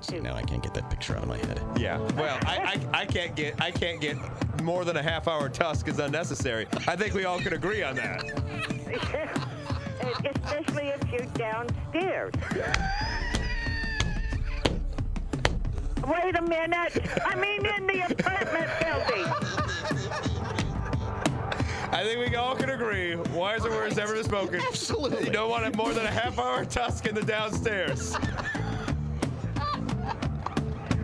too. Now I can't get that picture out of my head. Yeah. Well, I, I, I can't get I can't get more than a half hour tusk is unnecessary. I think we all can agree on that. Especially if you're downstairs. Wait a minute. I mean, in the apartment building. I think we all can agree. Wiser words ever spoken. Absolutely. You don't want it more than a half hour tusk in the downstairs.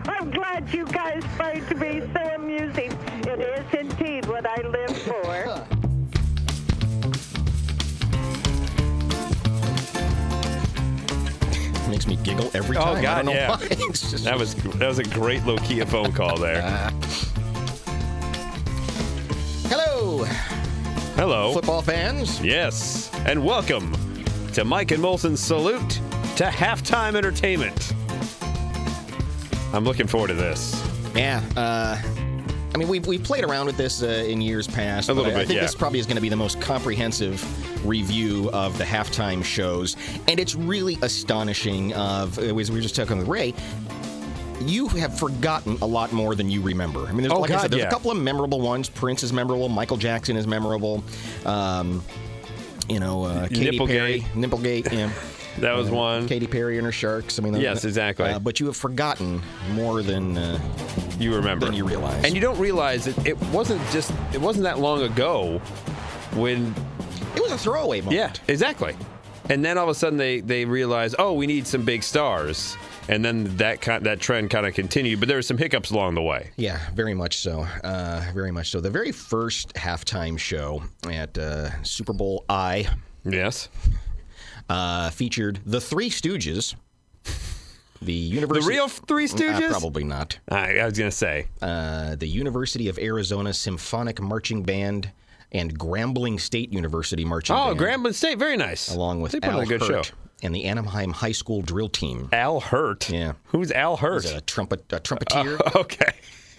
I'm glad you guys find me so amusing. It is indeed what I live for. makes me giggle every Oh, time. I God, don't know yeah. why. It's just- That was that was a great Lokia phone call there. Uh, Hello, Hello. football fans. Yes. And welcome to Mike and Molson's salute to halftime entertainment. I'm looking forward to this. Yeah. Uh, I mean, we've, we've played around with this uh, in years past. A but little I- I bit, think yeah. this probably is going to be the most comprehensive review of the halftime shows. And it's really astonishing. Of uh, as we were just talking with Ray, you have forgotten a lot more than you remember. I mean, there's, Oh, like I God, said, there's yeah. a couple of memorable ones. Prince is memorable. Michael Jackson is memorable. Um, you know, uh, Katy Nipplegate. Perry, Nipplegate, yeah. That was Uh, one. Katy Perry and her sharks. I mean, those- Yes, exactly. Uh, but you have forgotten more than uh, you remember. than you realize. And you don't realize that it wasn't just it wasn't that long ago when It was a throwaway moment. Yeah, exactly. And then all of a sudden they they realize, "Oh, we need some big stars." And then that kind, that trend kind of continued, but there were some hiccups along the way. Yeah, very much so. Uh, very much so. The very first halftime show at uh, Super Bowl I Yes. uh, featured the Three Stooges, the The University. real Three Stooges? Uh, probably not. I, I was going to say. Uh, the University of Arizona Symphonic Marching Band and Grambling State University Marching Oh, Band. Grambling State, very nice. Along with they put Al on a good Hurt show. and the Anaheim High School Drill Team. Al Hurt. Yeah. Who's Al Hurt? He's a trumpet, a trumpeteer, okay.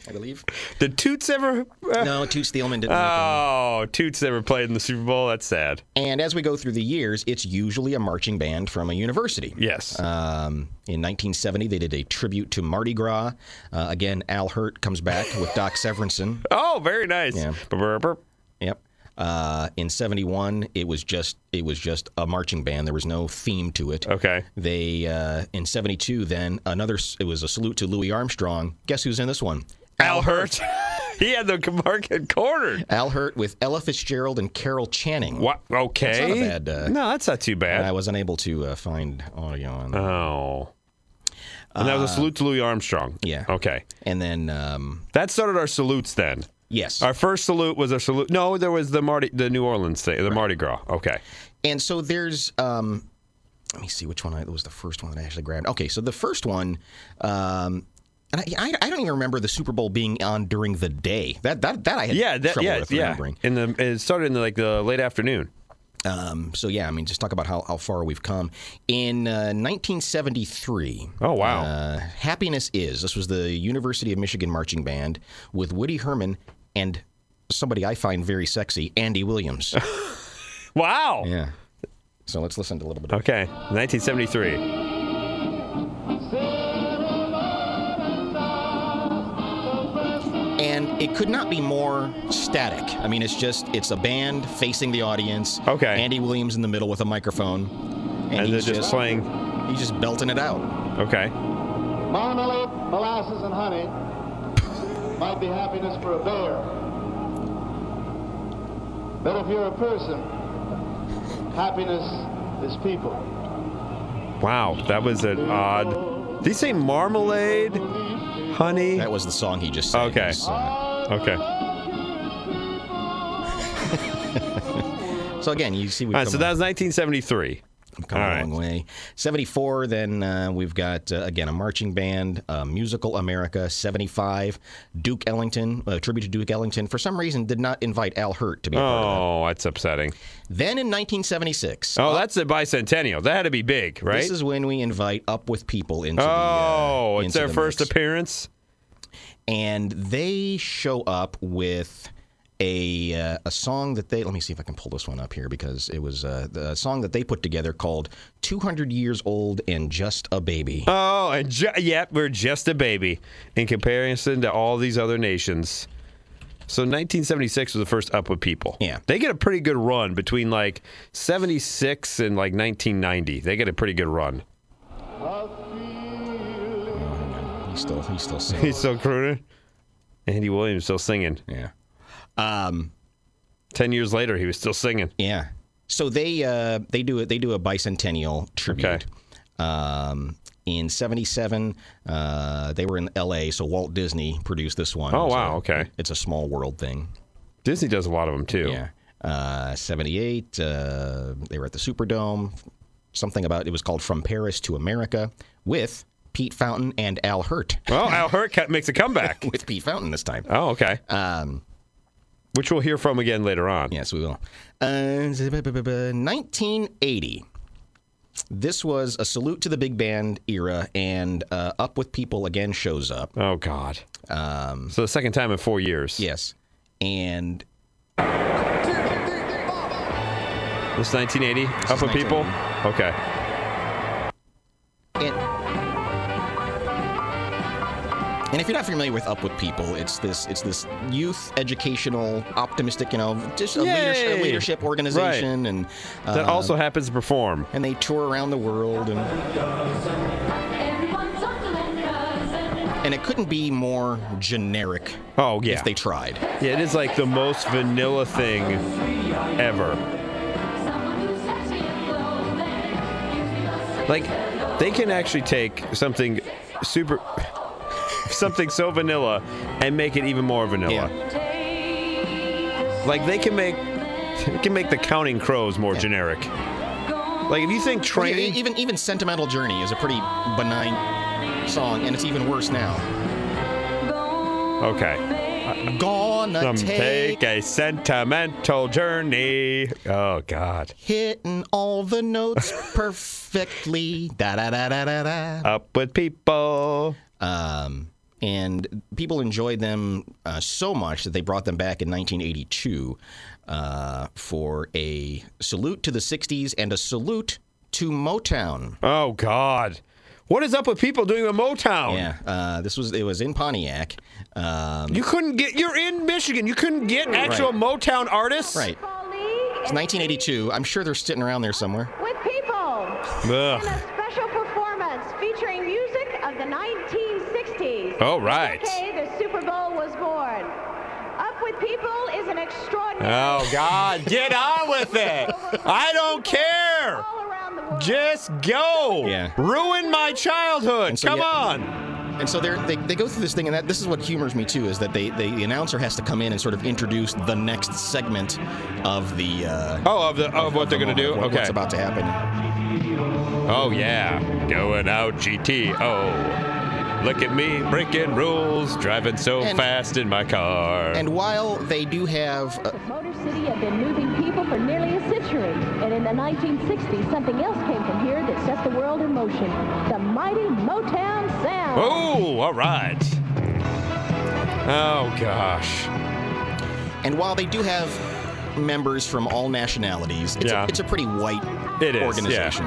I believe. Did Toots ever? uh, No, Toots Thielman didn't. make it. oh, Toots never played in the Super Bowl. That's sad. And as we go through the years, it's usually a marching band from a university. Yes. Um, in 1970, they did a tribute to Mardi Gras. Uh, again, Al Hurt comes back with Doc Severinsen. oh, very nice. Brr, brr, brr. Yep. Uh, in 71, it was just it was just a marching band. There was no theme to it. Okay. They uh, in 72 then another s- it was a salute to Louis Armstrong. Guess who's in this one? Al Hurt. he had the market cornered. Al Hurt with Ella Fitzgerald and Carol Channing. What? Okay. That's not a bad, uh, no, that's not too I bad. was unable to uh, find audio on that. oh. And that was a salute to Louis Armstrong. uh, yeah. Okay. and then um, That started our salutes then. yes, Our first salute was a salute. No, there was the Mardi, the New Orleans thing, the Mardi Gras. Okay. And so there's, um, let me see which one I, that was the first one that I actually grabbed. Okay, so the first one, um, and I, I, I don't even remember the Super Bowl being on during the day. That that that I had Yeah, that, trouble yeah, with yeah. remembering. In the it started in the, like the late afternoon. Um, so yeah, I mean, just talk about how, how far we've come. In uh, 1973. Oh, wow. Uh, Happiness is this was the University of Michigan marching band with Woody Herman and somebody I find very sexy, Andy Williams. Wow. yeah. So let's listen to a little bit. of Okay. 1973. and it could not be more static. I mean, it's just it's a band facing the audience. Okay. Andy Williams in the middle with a microphone, and, And they're he's just, just, playing. he's just belting it out. Okay. Marmalade, molasses, and honey might be happiness for a bear. But if you're a person, happiness is people. Wow. That was an odd. Did he say marmalade? Honey? That was the song he just sang. Okay. It's, uh, Okay. so again, you see, we've All right. come, So that was 1973. we've come all a right. long way. Seventy-four. Then uh, we've got uh, again a marching band, uh, Musical America. Seventy-five. Duke Ellington, a tribute to Duke Ellington. For some reason, did not invite Al Hurt to be. a part of Oh, that's upsetting. it. Then in 1976. Oh, that's the bicentennial. That had to be big, right? Uh, This is when we invite up with people into the uh, oh, it's into their the first mix. appearance. and they show up with a uh, a song that they let me see if I can pull this one up here because it was uh, the song that they put together called "200 Years Old and Just a Baby." Oh, and ju- yep, we're just a baby in comparison to all these other nations. So 1976 was the first up with people. Yeah. They get a pretty good run between like 76 and like 1990. They get a pretty good run. He's still he's still singing. He's still crooning. Andy Williams still singing. yeah. Um. 10 years later, he was still singing. Yeah. So they uh, they do it. They do a bicentennial tribute. Okay. Um, in '77, uh, they were in L.A., so Walt Disney produced this one. Oh, It's a- wow, okay. It's a small world thing. Disney does a lot of them too. Yeah. Uh, 78, uh, they were at the Superdome. Something about it was called From Paris to America with Pete Fountain and Al Hurt. Well, Al Hurt ca- makes a comeback. with Pete Fountain this time. Oh, okay. Um, Which we'll hear from again later on. yes, we will. Uh, 1980. This was a salute to the big band era, and uh, Up With People again shows up. Oh, God. Um, so the second time in four years. Yes. And This 1980, up is with people. Okay. And, and if you're not familiar with Up with People, it's this it's this youth educational, optimistic, you know, just a, leadership, Yay! a leadership organization, and uh, That also happens to perform. and they tour around the world, and and it couldn't be more generic Oh yeah. if they tried. yeah, it is like the most vanilla thing ever. Like they can actually take something super something so vanilla and make it even more vanilla. Like they can make they can make the counting crows more generic. Like if you think Well, e- train even even "Sentimental Journey" is a pretty benign song, and it's even worse now. Okay. Gonna Um, take take a sentimental journey. Oh god. hitting all the notes perfectly. Da da da da da da. Up with people. um, and people enjoyed them uh, so much that they brought them back in 1982 uh, for a salute to the 60s and a salute to Motown. Oh God, what is up with people doing a Motown? Yeah, uh, this was it was in Pontiac. Um, You couldn't get. You're in Michigan. You couldn't get actual Motown artists. right, it's 1982. I'm sure they're sitting around there somewhere. With people, and Ugh. a special performance featuring music of the 1960s. All Oh, right. Okay, the Super Bowl was born. Up with people is an extraordinary. Oh God, get on with it. I don't care. all around the world. Just go. Yeah. Ruin my childhood. And so Come you- on. And so they're, they they go through this thing, and that this is what humors me too is that they, they the announcer has to come in and sort of introduce the next segment of the. Uh, Oh, of the of what they're the gonna do. moment, what- okay. What's about to happen? Oh yeah, going out GTO. Look at me breaking rules, driving so And- fast in my car. And while they do have, uh, Motor City had been moving people for nearly a century, and in the 1960s, something else came from here that set the world in motion: the mighty Motown sound. Oh, all right. Oh gosh. and while they do have members from all nationalities, it's, Yeah. a, it's a pretty white It is, yeah. organization.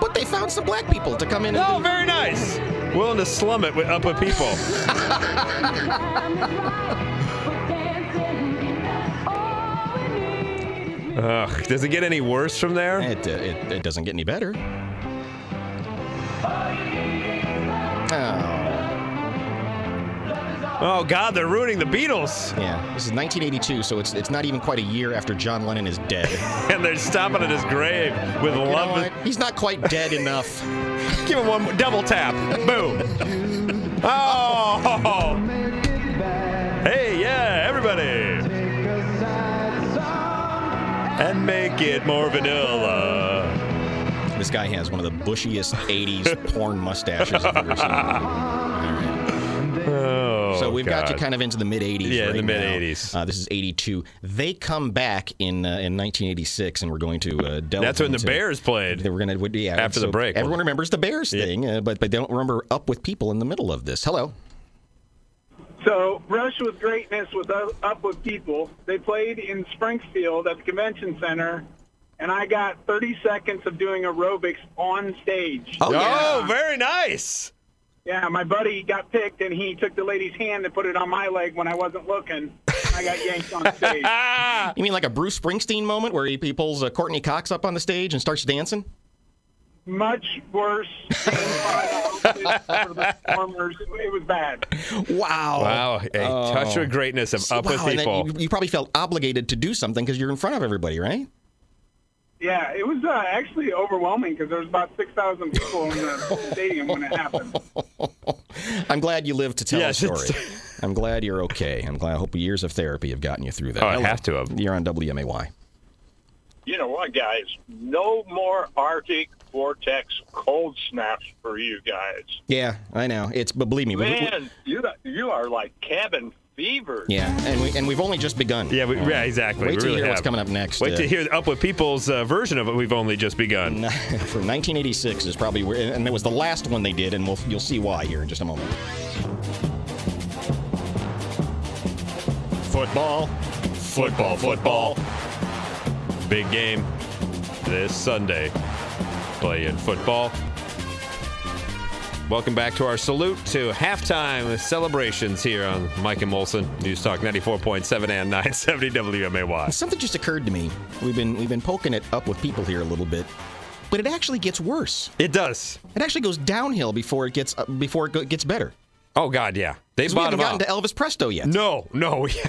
But they found some black people to come in. And Oh, very nice. Willing to slum it with up with people. Ugh, does it get any worse from there? It, uh, it it doesn't get any better. Oh Oh God, they're ruining the Beatles, yeah, this is 1982, so it's it's not even quite a year after John Lennon is dead. and they're stomping at his grave with You know love. what? He's not quite dead enough. Give him one more- double tap. Boom. Oh. Hey, yeah, everybody. And make it more vanilla. This guy has one of the bushiest 80s porn mustaches I've ever seen. Oh, So we've got you God. kind of into the mid 80s. Yeah, right the now. mid-eighties. Uh, this is 82. They come back in uh, in 1986, and we're going to uh, delve. That's when the into- Bears played. They were going to yeah. After the so break. everyone remembers the Bears thing, uh, but but they don't remember up with people in the middle of this. Hello. So Rush with Greatness with Up Up with People. They played in Springfield at the convention center, and I got 30 seconds of doing aerobics on stage. Oh, Oh, yeah. very nice. Yeah, my buddy got picked, and he took the lady's hand and put it on my leg when I wasn't looking. I got yanked on stage. Ah, You mean like a Bruce Springsteen moment where he, he pulls uh, Courtney Cox up on the stage and starts dancing? Much worse. than what I was for the performers. It was bad. Wow. wow, a Oh. touch of greatness of up with Wow, and then people. you, you probably felt obligated to do something because you're in front of everybody, right? Yeah, it was uh, actually overwhelming because there was about 6,000 people in the stadium when it happened. I'm glad you lived to tell Yes, the story. it's- I'm glad you're okay. I'm glad. I hope years of therapy have gotten you through that. Oh, I Hello. have to have. You're on WMAY. You know what, guys? No more Arctic vortex cold snaps for you guys. Yeah, I know. It's but believe me, we- we- Man, you you are like cabin fever. yeah, and we and we've only just begun. Yeah, we, yeah, exactly. Wait we to really hear what's have. coming up next. Wait uh, to hear up with people's uh, version of it. We've only just begun. for 1986 is probably where, and it was the last one they did, and we'll you'll see why here in just a moment. Football, football, football. Big game this Sunday. Playing football. Welcome back to our salute to halftime celebrations here on Mike and Molson News Talk 94.7 and 970 WMAY. Something just occurred to me. We've been we've been poking it up with people here a little bit, but it actually gets worse. It does. It actually goes downhill before it gets uh, before it go, gets better. Oh God, yeah. They 'Cause We bottom haven't gotten out. to Elvis Presto yet. No, no. and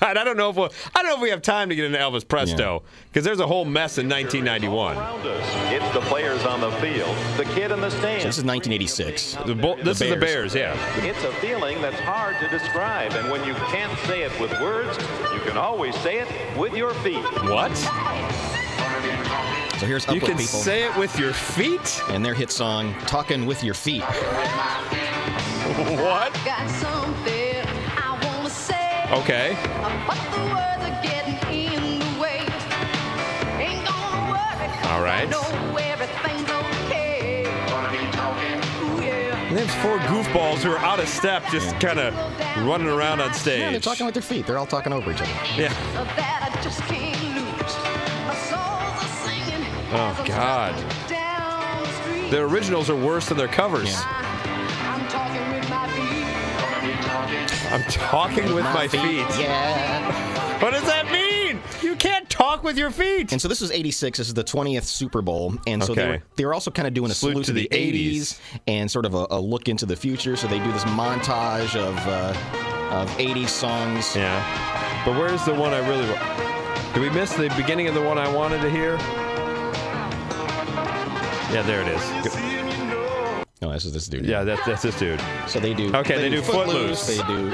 I don't know if we'll, I don't know if we have time to get into Elvis Presto because there's a whole mess in 1991. Around us, it's the players on the field, the kid in the stands. This is 1986. The Bo- this is the Bears. Bears, yeah. It's a feeling that's hard to describe, and when you can't say it with words, you can always say it with your feet. What? So here's up you with can people say it with your feet? and their hit song "Talking with Your Feet." What? Got something I wanna say. Okay. But the words are getting in the way. Ain't gonna worry. 'cause All I right. know everything's okay. Ooh, yeah. And there's four goofballs who are out of step, just kind of running around on stage. Yeah, they're talking with their feet. They're all talking over each other. Yeah. That I just can't lose. My soul's a singing. Oh, as I'm God. walking Down the street. Their originals are worse than their covers. Yeah. I'm talking with my feet. I'm talking with my feet. Yeah. What does that mean? You can't talk with your feet. And so this was 86. This is the 20th Super Bowl. And so they, Okay. were, they were also kind of doing a salute, to, the 80s. 80s. and sort of a, a look into the future. So they do this montage of uh, of 80s songs. Yeah. But where's the one I really wa- Did we miss the beginning of the one I wanted to hear? Yeah, there it is. Go- No, Oh, this is this dude. Yeah, that, that's this dude. So they do. Okay, they do Footloose. They do.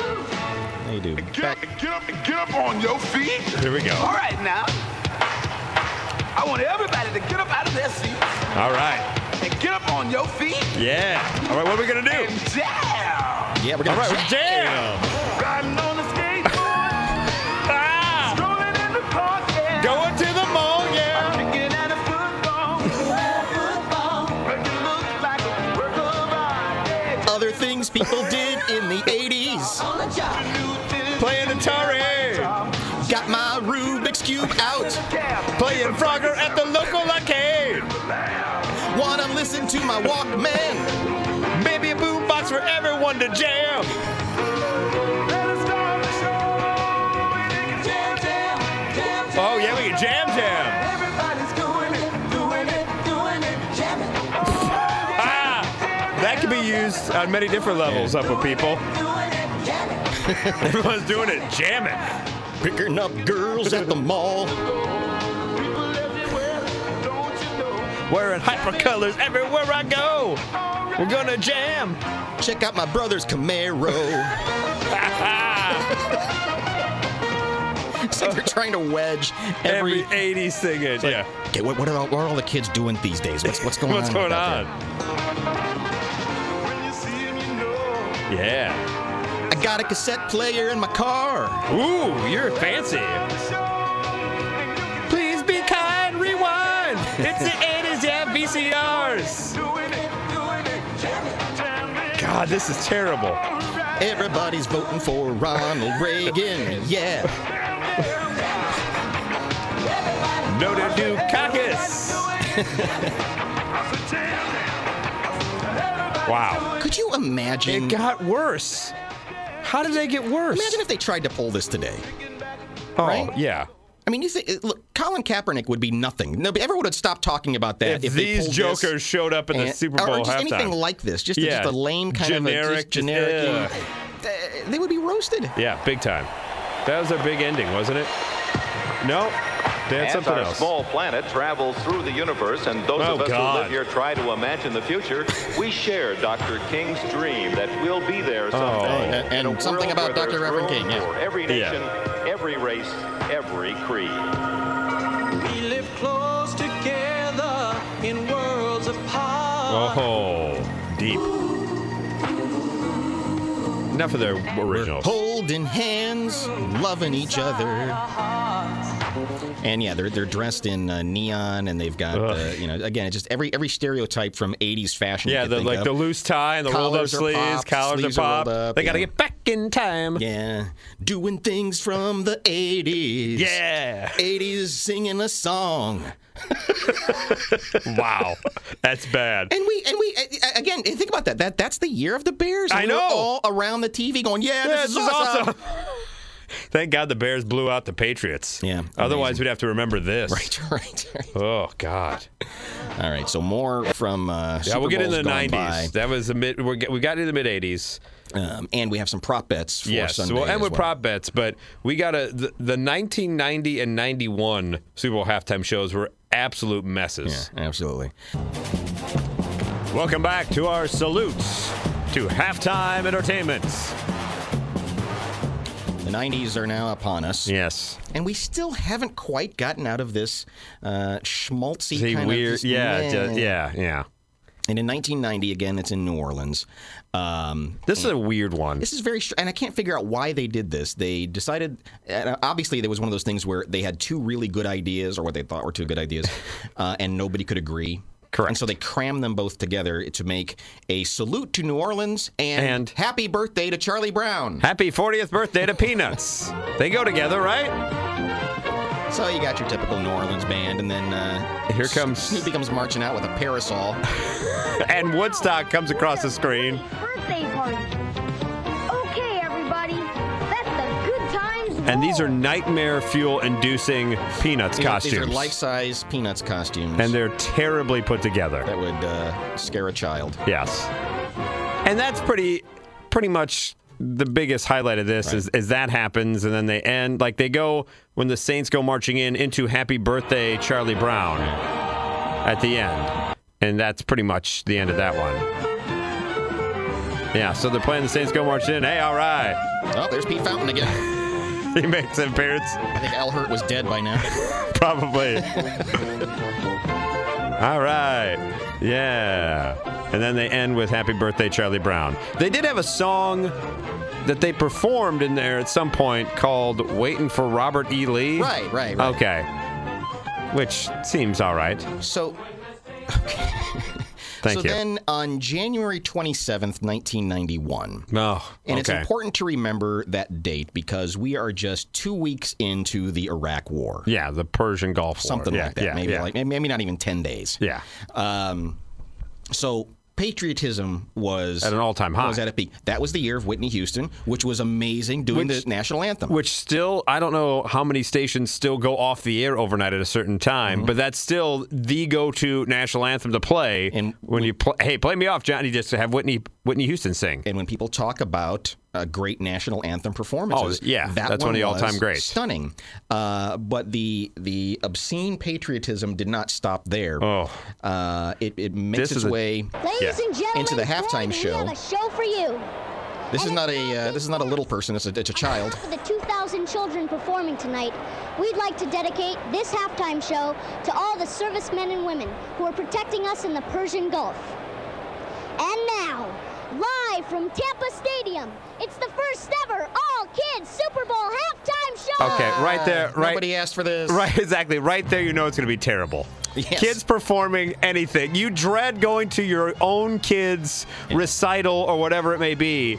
They do. Get, get up, get up on your feet. Here we go. All right now. I want everybody to get up out of their seats All right. and get up on your feet Yeah. All right, what are we going to do? and jam. Yeah, we're gonna. All right, we're jam. Riding on the skateboard, Ah! strolling in the park, yeah. Going to the mall, yeah. Kicking at a football, football. Make it look like a work of art. Yeah. Other things people did in the 80s. New thing, Playing Atari. Got my Rubik's Cube out. yeah. Playing Frogger at the local arcade. Wanna listen to my Walkman? Maybe a boombox for everyone to jam. Let us start the show. We can jam, jam, jam, jam. Oh, yeah, we can jam jam. Everybody's doing it, doing it, doing it, jamming. Ah! That can be used on many different levels up with people. Everyone's doing it. Jam it. Picking up girls at the mall. Wearing hyper colors everywhere I go. We're gonna jam. Check out my brother's Camaro. It's like they're trying to wedge every. Every 80s singing. Yeah. Okay, what, what, are all, what are all the kids doing these days? What's what's going What's on? going out on? Yeah. there? I got a cassette player in my car. Ooh, you're fancy. Please be kind, rewind. It's the 80s, yeah, VCRs. God, this is terrible. Everybody's voting for Ronald Reagan. Yeah. No to Dukakis. wow. Could you imagine? It got worse. How did they get worse? Imagine if they tried to pull this today. oh, right? yeah. I mean, you think look, Colin Kaepernick would be nothing. No, but everyone would stop talking about that If, if, they these pulled jokers this showed up in the and- Super Bowl or just halftime. anything like this, just, Yeah. just a lame kind of a just Generic, just- generic. ugh. they, they would be roasted. Yeah, big time. That was their big ending, wasn't it? No, they had As something our else. small planet travels through the universe, and those Oh, of us who God. live here try to imagine the future, we share Dr. King's dream that we'll be there Oh. someday. And- In a and something world about where Dr. there's Reverend room King, yeah. For every Yeah. nation, every race, every creed. We live close together in worlds apart. Oh, deep. Enough of their originals. Holding hands, loving each other. And yeah, they're they're dressed in uh, neon, and they've got uh, Ugh. you know again it's just every every stereotype from '80s fashion. you Yeah, could the, think like of. the loose tie and the rolled up Collars are sleeves, popped, collars sleeves are are popped. rolled up, they got to yeah. get back in time. Yeah, doing things from the '80s. Yeah. '80s singing a song. wow. That's bad. And we and we a- a- again and think about that. That that's the year of the Bears. And I we were know. all around the TV going, yeah, Yeah, this, is, awesome. Thank God the Bears blew out the Patriots. Yeah, Otherwise, we'd have to remember this. Right, right, right. Oh God. All right, so more from uh, Yeah, Super we'll get Bowls into the gone by. '90s. That was the mid. We're, get- we got into the mid '80s. um, and we have some prop bets for Yes. Sunday. we'll end as with well. prop bets, but we got a the, the 1990 and 91 Super Bowl halftime shows were absolute messes. Yeah, absolutely. Welcome back to our salutes to halftime entertainment. The '90s are now upon us, Yes. and we still haven't quite gotten out of this uh, schmaltzy See, kind of weird. just- Yeah, ju- yeah, yeah. And in 1990, again, it's in New Orleans. Um, This is a weird one. This is very, str- and I can't figure out why they did this. They decided, and uh, obviously, there was one of those things where they had two really good ideas, or what they thought were two good ideas, uh, and nobody could agree. Correct. And so they crammed them both together to make a salute to New Orleans and, And- happy birthday to Charlie Brown. Happy 40th birthday to Peanuts. they go together, right? So you got your typical New Orleans band, and then uh, Here comes- Snoopy comes marching out with a parasol. And Woodstock comes across the screen. Birthday party. Okay, everybody, let the good times And these are nightmare fuel inducing Peanuts You know, costumes. These are life-size Peanuts costumes, and they're terribly put together. that would uh, scare a child. Yes. And that's pretty pretty much the biggest highlight of this is, is that happens and then they end like they go when the Saints go marching in into Happy Birthday Charlie Brown at the end. And that's pretty much the end of that one. Yeah, so they're playing the Saints go marching in. Hey, all right. Oh, there's Pete Fountain again. He makes an appearance. I think Al Hurt was dead by now. Probably. All right. Yeah. And then they end with Happy Birthday, Charlie Brown. They did have a song that they performed in there at some point called Waiting for Robert E. Lee. Right, right, right. Okay. Which seems all right. So, Thank so you. then on January 27th, 1991, oh, and it's okay. important to remember that date because we are just two weeks into the Iraq War. Yeah, the Persian Gulf War. Something Yeah, like that. yeah, maybe yeah. like maybe not even 10 days. Yeah. Um, so patriotism was At an all-time high. Was at a peak. That was the year of Whitney Houston, which was amazing doing Which- the national anthem. Which still, I don't know how many stations still go off the air overnight at a certain time, Mm-hmm. but that's still the go-to national anthem to play. And when you play, hey, play me off, Johnny, just to have Whitney Whitney Houston sing. and when people talk about uh, great national anthem performances, Oh, yeah, that's one of the was all-time greats. Stunning, uh, but the the obscene patriotism did not stop there. Oh. uh, it it makes This is its a- way. Ladies Yeah. and gentlemen, Into the halftime Gordon, show. We have a show for you. This is not a uh, this is not a little person. It's a, it's a child. For the 2,000 children performing tonight, we'd like to dedicate this halftime show to all the servicemen and women who are protecting us in the Persian Gulf. And now, live from Tampa Stadium, it's the first ever All Kids Super Bowl halftime show. Okay, right there, Uh, right. Nobody asked for this. Right, exactly. Right there, you know it's going to be terrible. Yes. Kids performing anything. You dread going to your own kids' recital or whatever it may be,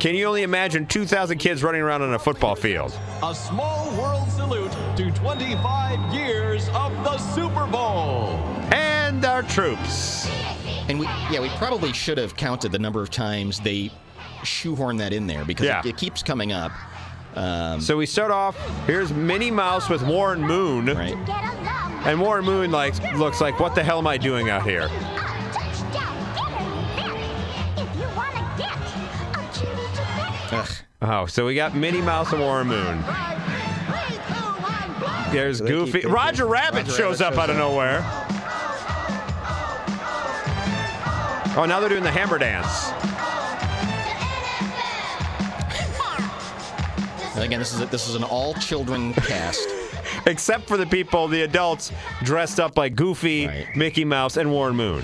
Can you only imagine 2,000 kids running around on a football field? A small world salute to 25 years of the Super Bowl. And our troops. And we, yeah, we probably should have counted the number of times they shoehorn that in there because it, it keeps coming up. Um, So we start off. Here's Minnie Mouse with Warren Moon. Right. And Warren Moon like looks like, what the hell am I doing out here? Oh, so we got Minnie Mouse and Warren Moon. There's Goofy. Roger Rabbit shows up out of nowhere. Oh, now they're doing the hammer dance. and again, this is a, this is an all children cast. Except for the people, the adults, dressed up like Goofy, Mickey Mouse, and Warren Moon.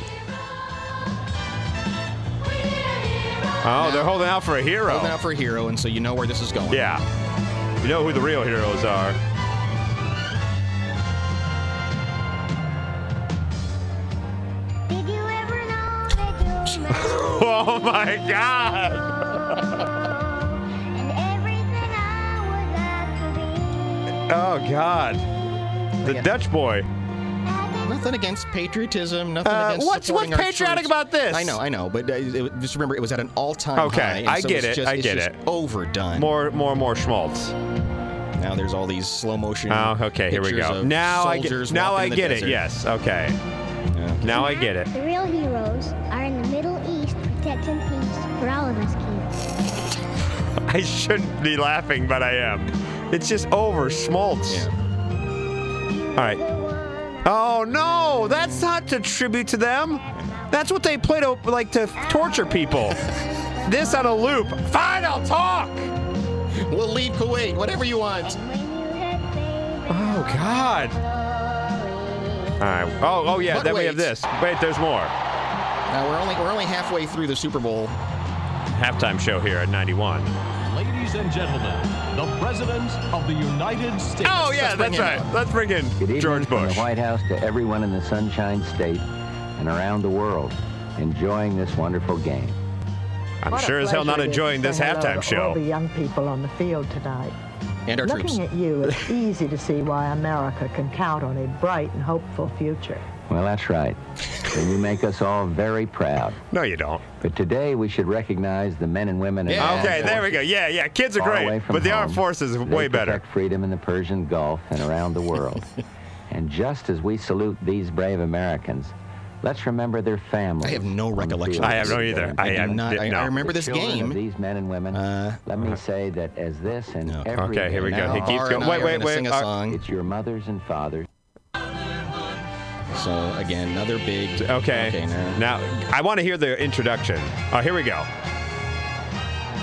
Oh, they're holding out for a hero. Holding out for a hero, and so you know where this is going. Yeah. You know who the real heroes are. oh my god. oh god. The Dutch boy. Nothing against patriotism. Nothing Uh, against what's- supporting what's our patriotic troops. about this? I know, I know, but uh, it, just remember it was at an all-time Okay, high. and I so get it's it, just- I it's get just it. Overdone. More, more, more Schmaltz. Now there's all these slow motion. Oh, okay, here we pictures go. of Now I get, soldiers now walking I in the get it. desert. Yes. Okay. Now I get it. The real heroes are in the Middle East protecting peace for all of us kids. I shouldn't be laughing, but I am. It's just over Schmaltz. All right. Oh no, that's not a tribute to them. That's what they play to like to torture people. this on a loop. Fine, I'll talk. We'll leave Kuwait, whatever you want. Oh God. All right. Oh, oh yeah. But then we have wait. this. Wait, there's more. Now we're only we're only halfway through the Super Bowl. Halftime show here at 91. Ladies and gentlemen, the President of the United States. Oh yeah, that's right. Let's bring in Good evening George from Bush. the White House to everyone in the Sunshine State and around the world enjoying this wonderful game. I'm What a sure as hell pleasure not it is enjoying to this say hello halftime to show. All the young people on the field tonight. And our Looking at troops. you, it's easy to see why America can count on a bright and hopeful future. Well, that's right. And you make us all very proud. No, you don't. But today we should recognize the men and women. in Yeah. armed Okay, there we forces go. Yeah, yeah. Kids are far great, away from but the armed home. forces are They way better. protect freedom in the Persian Gulf and around the world. and just as we salute these brave Americans, let's remember their families. I have no recollection. I have no either. I, do I, not. did- I, no. I remember this The children game. Uh, Of these men and women. let Uh-huh. me say that as this and every Okay, here we day go. now He keeps are going. and Wait, I are wait, gonna wait. sing a Uh, song. It's your mothers and fathers. So again, another big. Uh, Okay. now. I want to hear the introduction. Oh, here we go.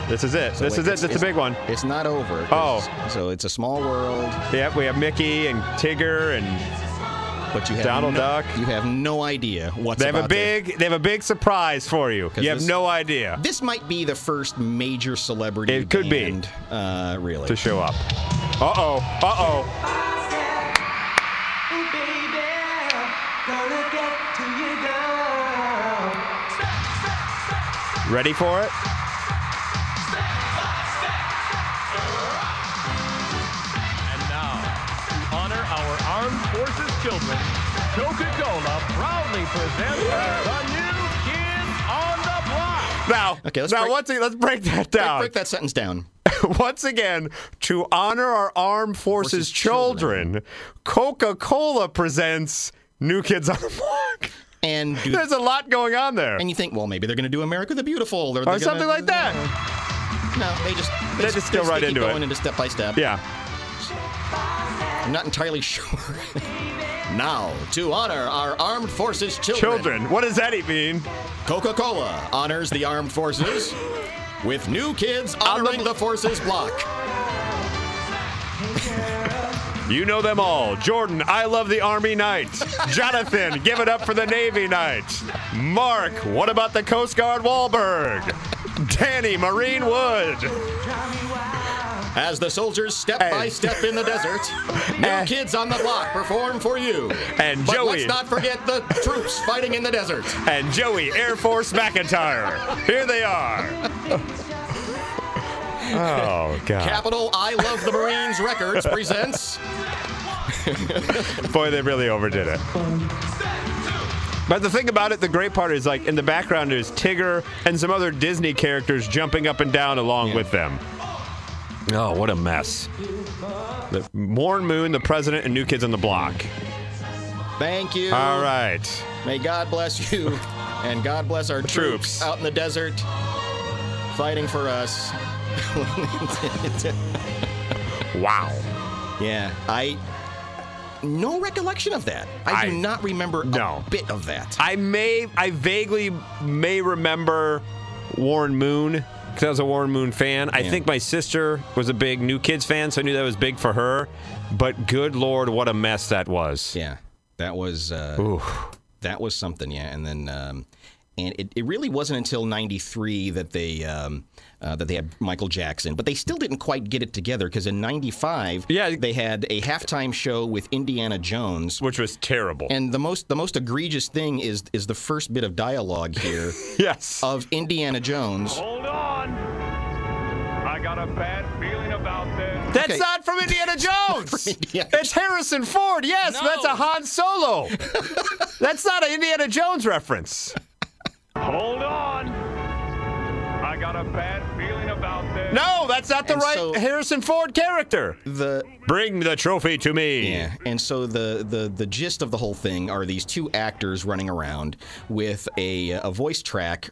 This is it. this is it. That's a big one. It's not over. Oh. So it's a small world. Yep. We have Mickey and Tigger and but you have Donald no- Duck. You have no idea what's. They have a about to- big. They have a big surprise for you. 'Cause You have this- no idea. This might be the first major celebrity. It could be. band, Uh, really. To show up. Uh oh. Uh oh. Ready for it? And now, to honor our armed forces children, Coca-Cola proudly presents the new Kids on the Block. Now, Okay, let's now break- once again, let's break that down. Break that sentence down. once again, to honor our armed forces, children, Coca-Cola presents New Kids on the Block. And do- there's a lot going on there, And you think, well, maybe they're going to do America the Beautiful, they're or gonna- something like that. No, they just They s- just go right keep into it. going into step by step. Yeah. I'm not entirely sure. now, to honor our armed forces children. Children. What does that mean? Coca-Cola honors the armed forces with new kids honoring the forces block. You know them all. Jordan, I love the Army Knight. Jonathan, give it up for the Navy Knight. Mark, what about the Coast Guard Wahlberg? Danny, Marine Wood. As the soldiers step by step in the desert, new kids on the block perform for you. And but Joey. let's not forget the troops fighting in the desert. And Joey, Air Force McIntyre. Here they are. Oh, God. Capital I Love the Marines Records presents. Boy, they really overdid it. But the thing about it, the great part is like in the background is Tigger and some other Disney characters jumping up and down along with them. Oh, what a mess. The Warren Moon, the president, and New Kids on the Block. Thank you. All right. May God bless you, and God bless our troops. out in the desert, fighting for us. wow. Yeah, I no recollection of that. I, do not remember a bit of that. I may, I vaguely may remember Warren Moon because I was a Warren Moon fan. I Yeah. think my sister was a big New Kids fan, so I knew that was big for her. But good lord, what a mess that was. Yeah, that was. Uh, That was something, yeah. And then, um, and it, it really wasn't until '93 that they um, uh, that they had Michael Jackson, but they still didn't quite get it together because in '95, yeah, they had a halftime show with Indiana Jones, which was terrible. And the most the most egregious thing is is the first bit of dialogue here, yes, of Indiana Jones. Hold on. I got a bad feeling about this. That's not from Indiana Jones. It's Harrison Ford. Yes, No. that's a Han Solo. that's not an Indiana Jones reference. Hold on. I got a bad feeling about this. No, that's not the right Harrison Ford character. The bring the trophy to me. Yeah, and so the the the gist of the whole thing are these two actors running around with a a voice track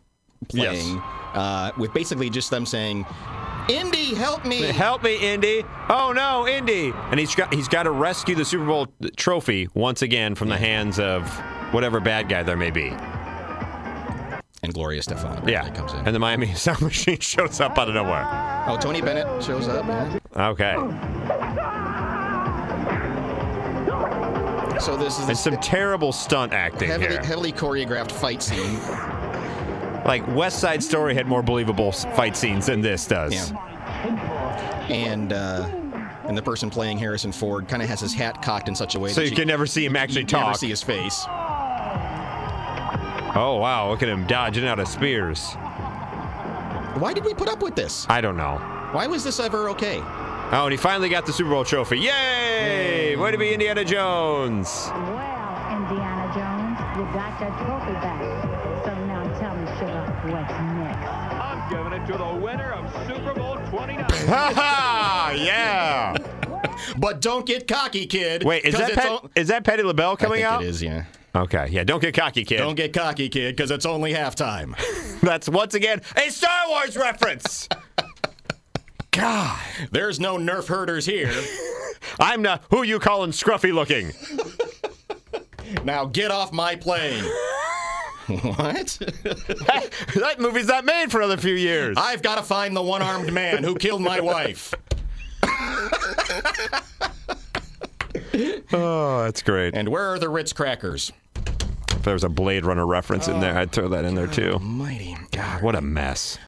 playing uh, with basically just them saying, "Indy, help me, Help me, Indy. Oh no, Indy. And he's got he's got to rescue the Super Bowl trophy once again from the hands of whatever bad guy there may be. And Gloria Stefan. Yeah. Comes in. And the Miami Sound Machine shows up out of nowhere. Oh, Tony Bennett shows up. yeah. Okay. So this is it's some terrible stunt acting Heavily, here. heavily choreographed fight scene. Like West Side Story had more believable s- fight scenes than this does. and uh, and the person playing Harrison Ford kind of has his hat cocked in such a way So that you can never see him you- actually you can Never talk. see his face. Oh wow, look at him dodging out of spears. Why did we put up with this? I don't know. Why was this ever okay? Oh, and he finally got the Super Bowl trophy. Yay! Way to be Indiana Jones. Well, Indiana Jones, you got your trophy back. So now tell me, Sugar, what's next? I'm giving it to the winner of Super Bowl 29. yeah. but don't get cocky, kid. Wait, is 'cause that it's Pet- on- is that Petty LaBelle coming think it out? is, yeah. Okay, yeah. Don't get cocky, kid. Don't get cocky, kid, because it's only halftime. That's once again a Star Wars reference. God, there's no Nerf herders here. I'm not. Who you calling scruffy looking? now get off my plane. what? that movie's not made for another few years. I've got to find the one-armed man who killed my wife. Oh, that's great. And where are the Ritz crackers? If there was a Blade Runner reference in there, I'd throw that in there too. Mighty. God, what a mess.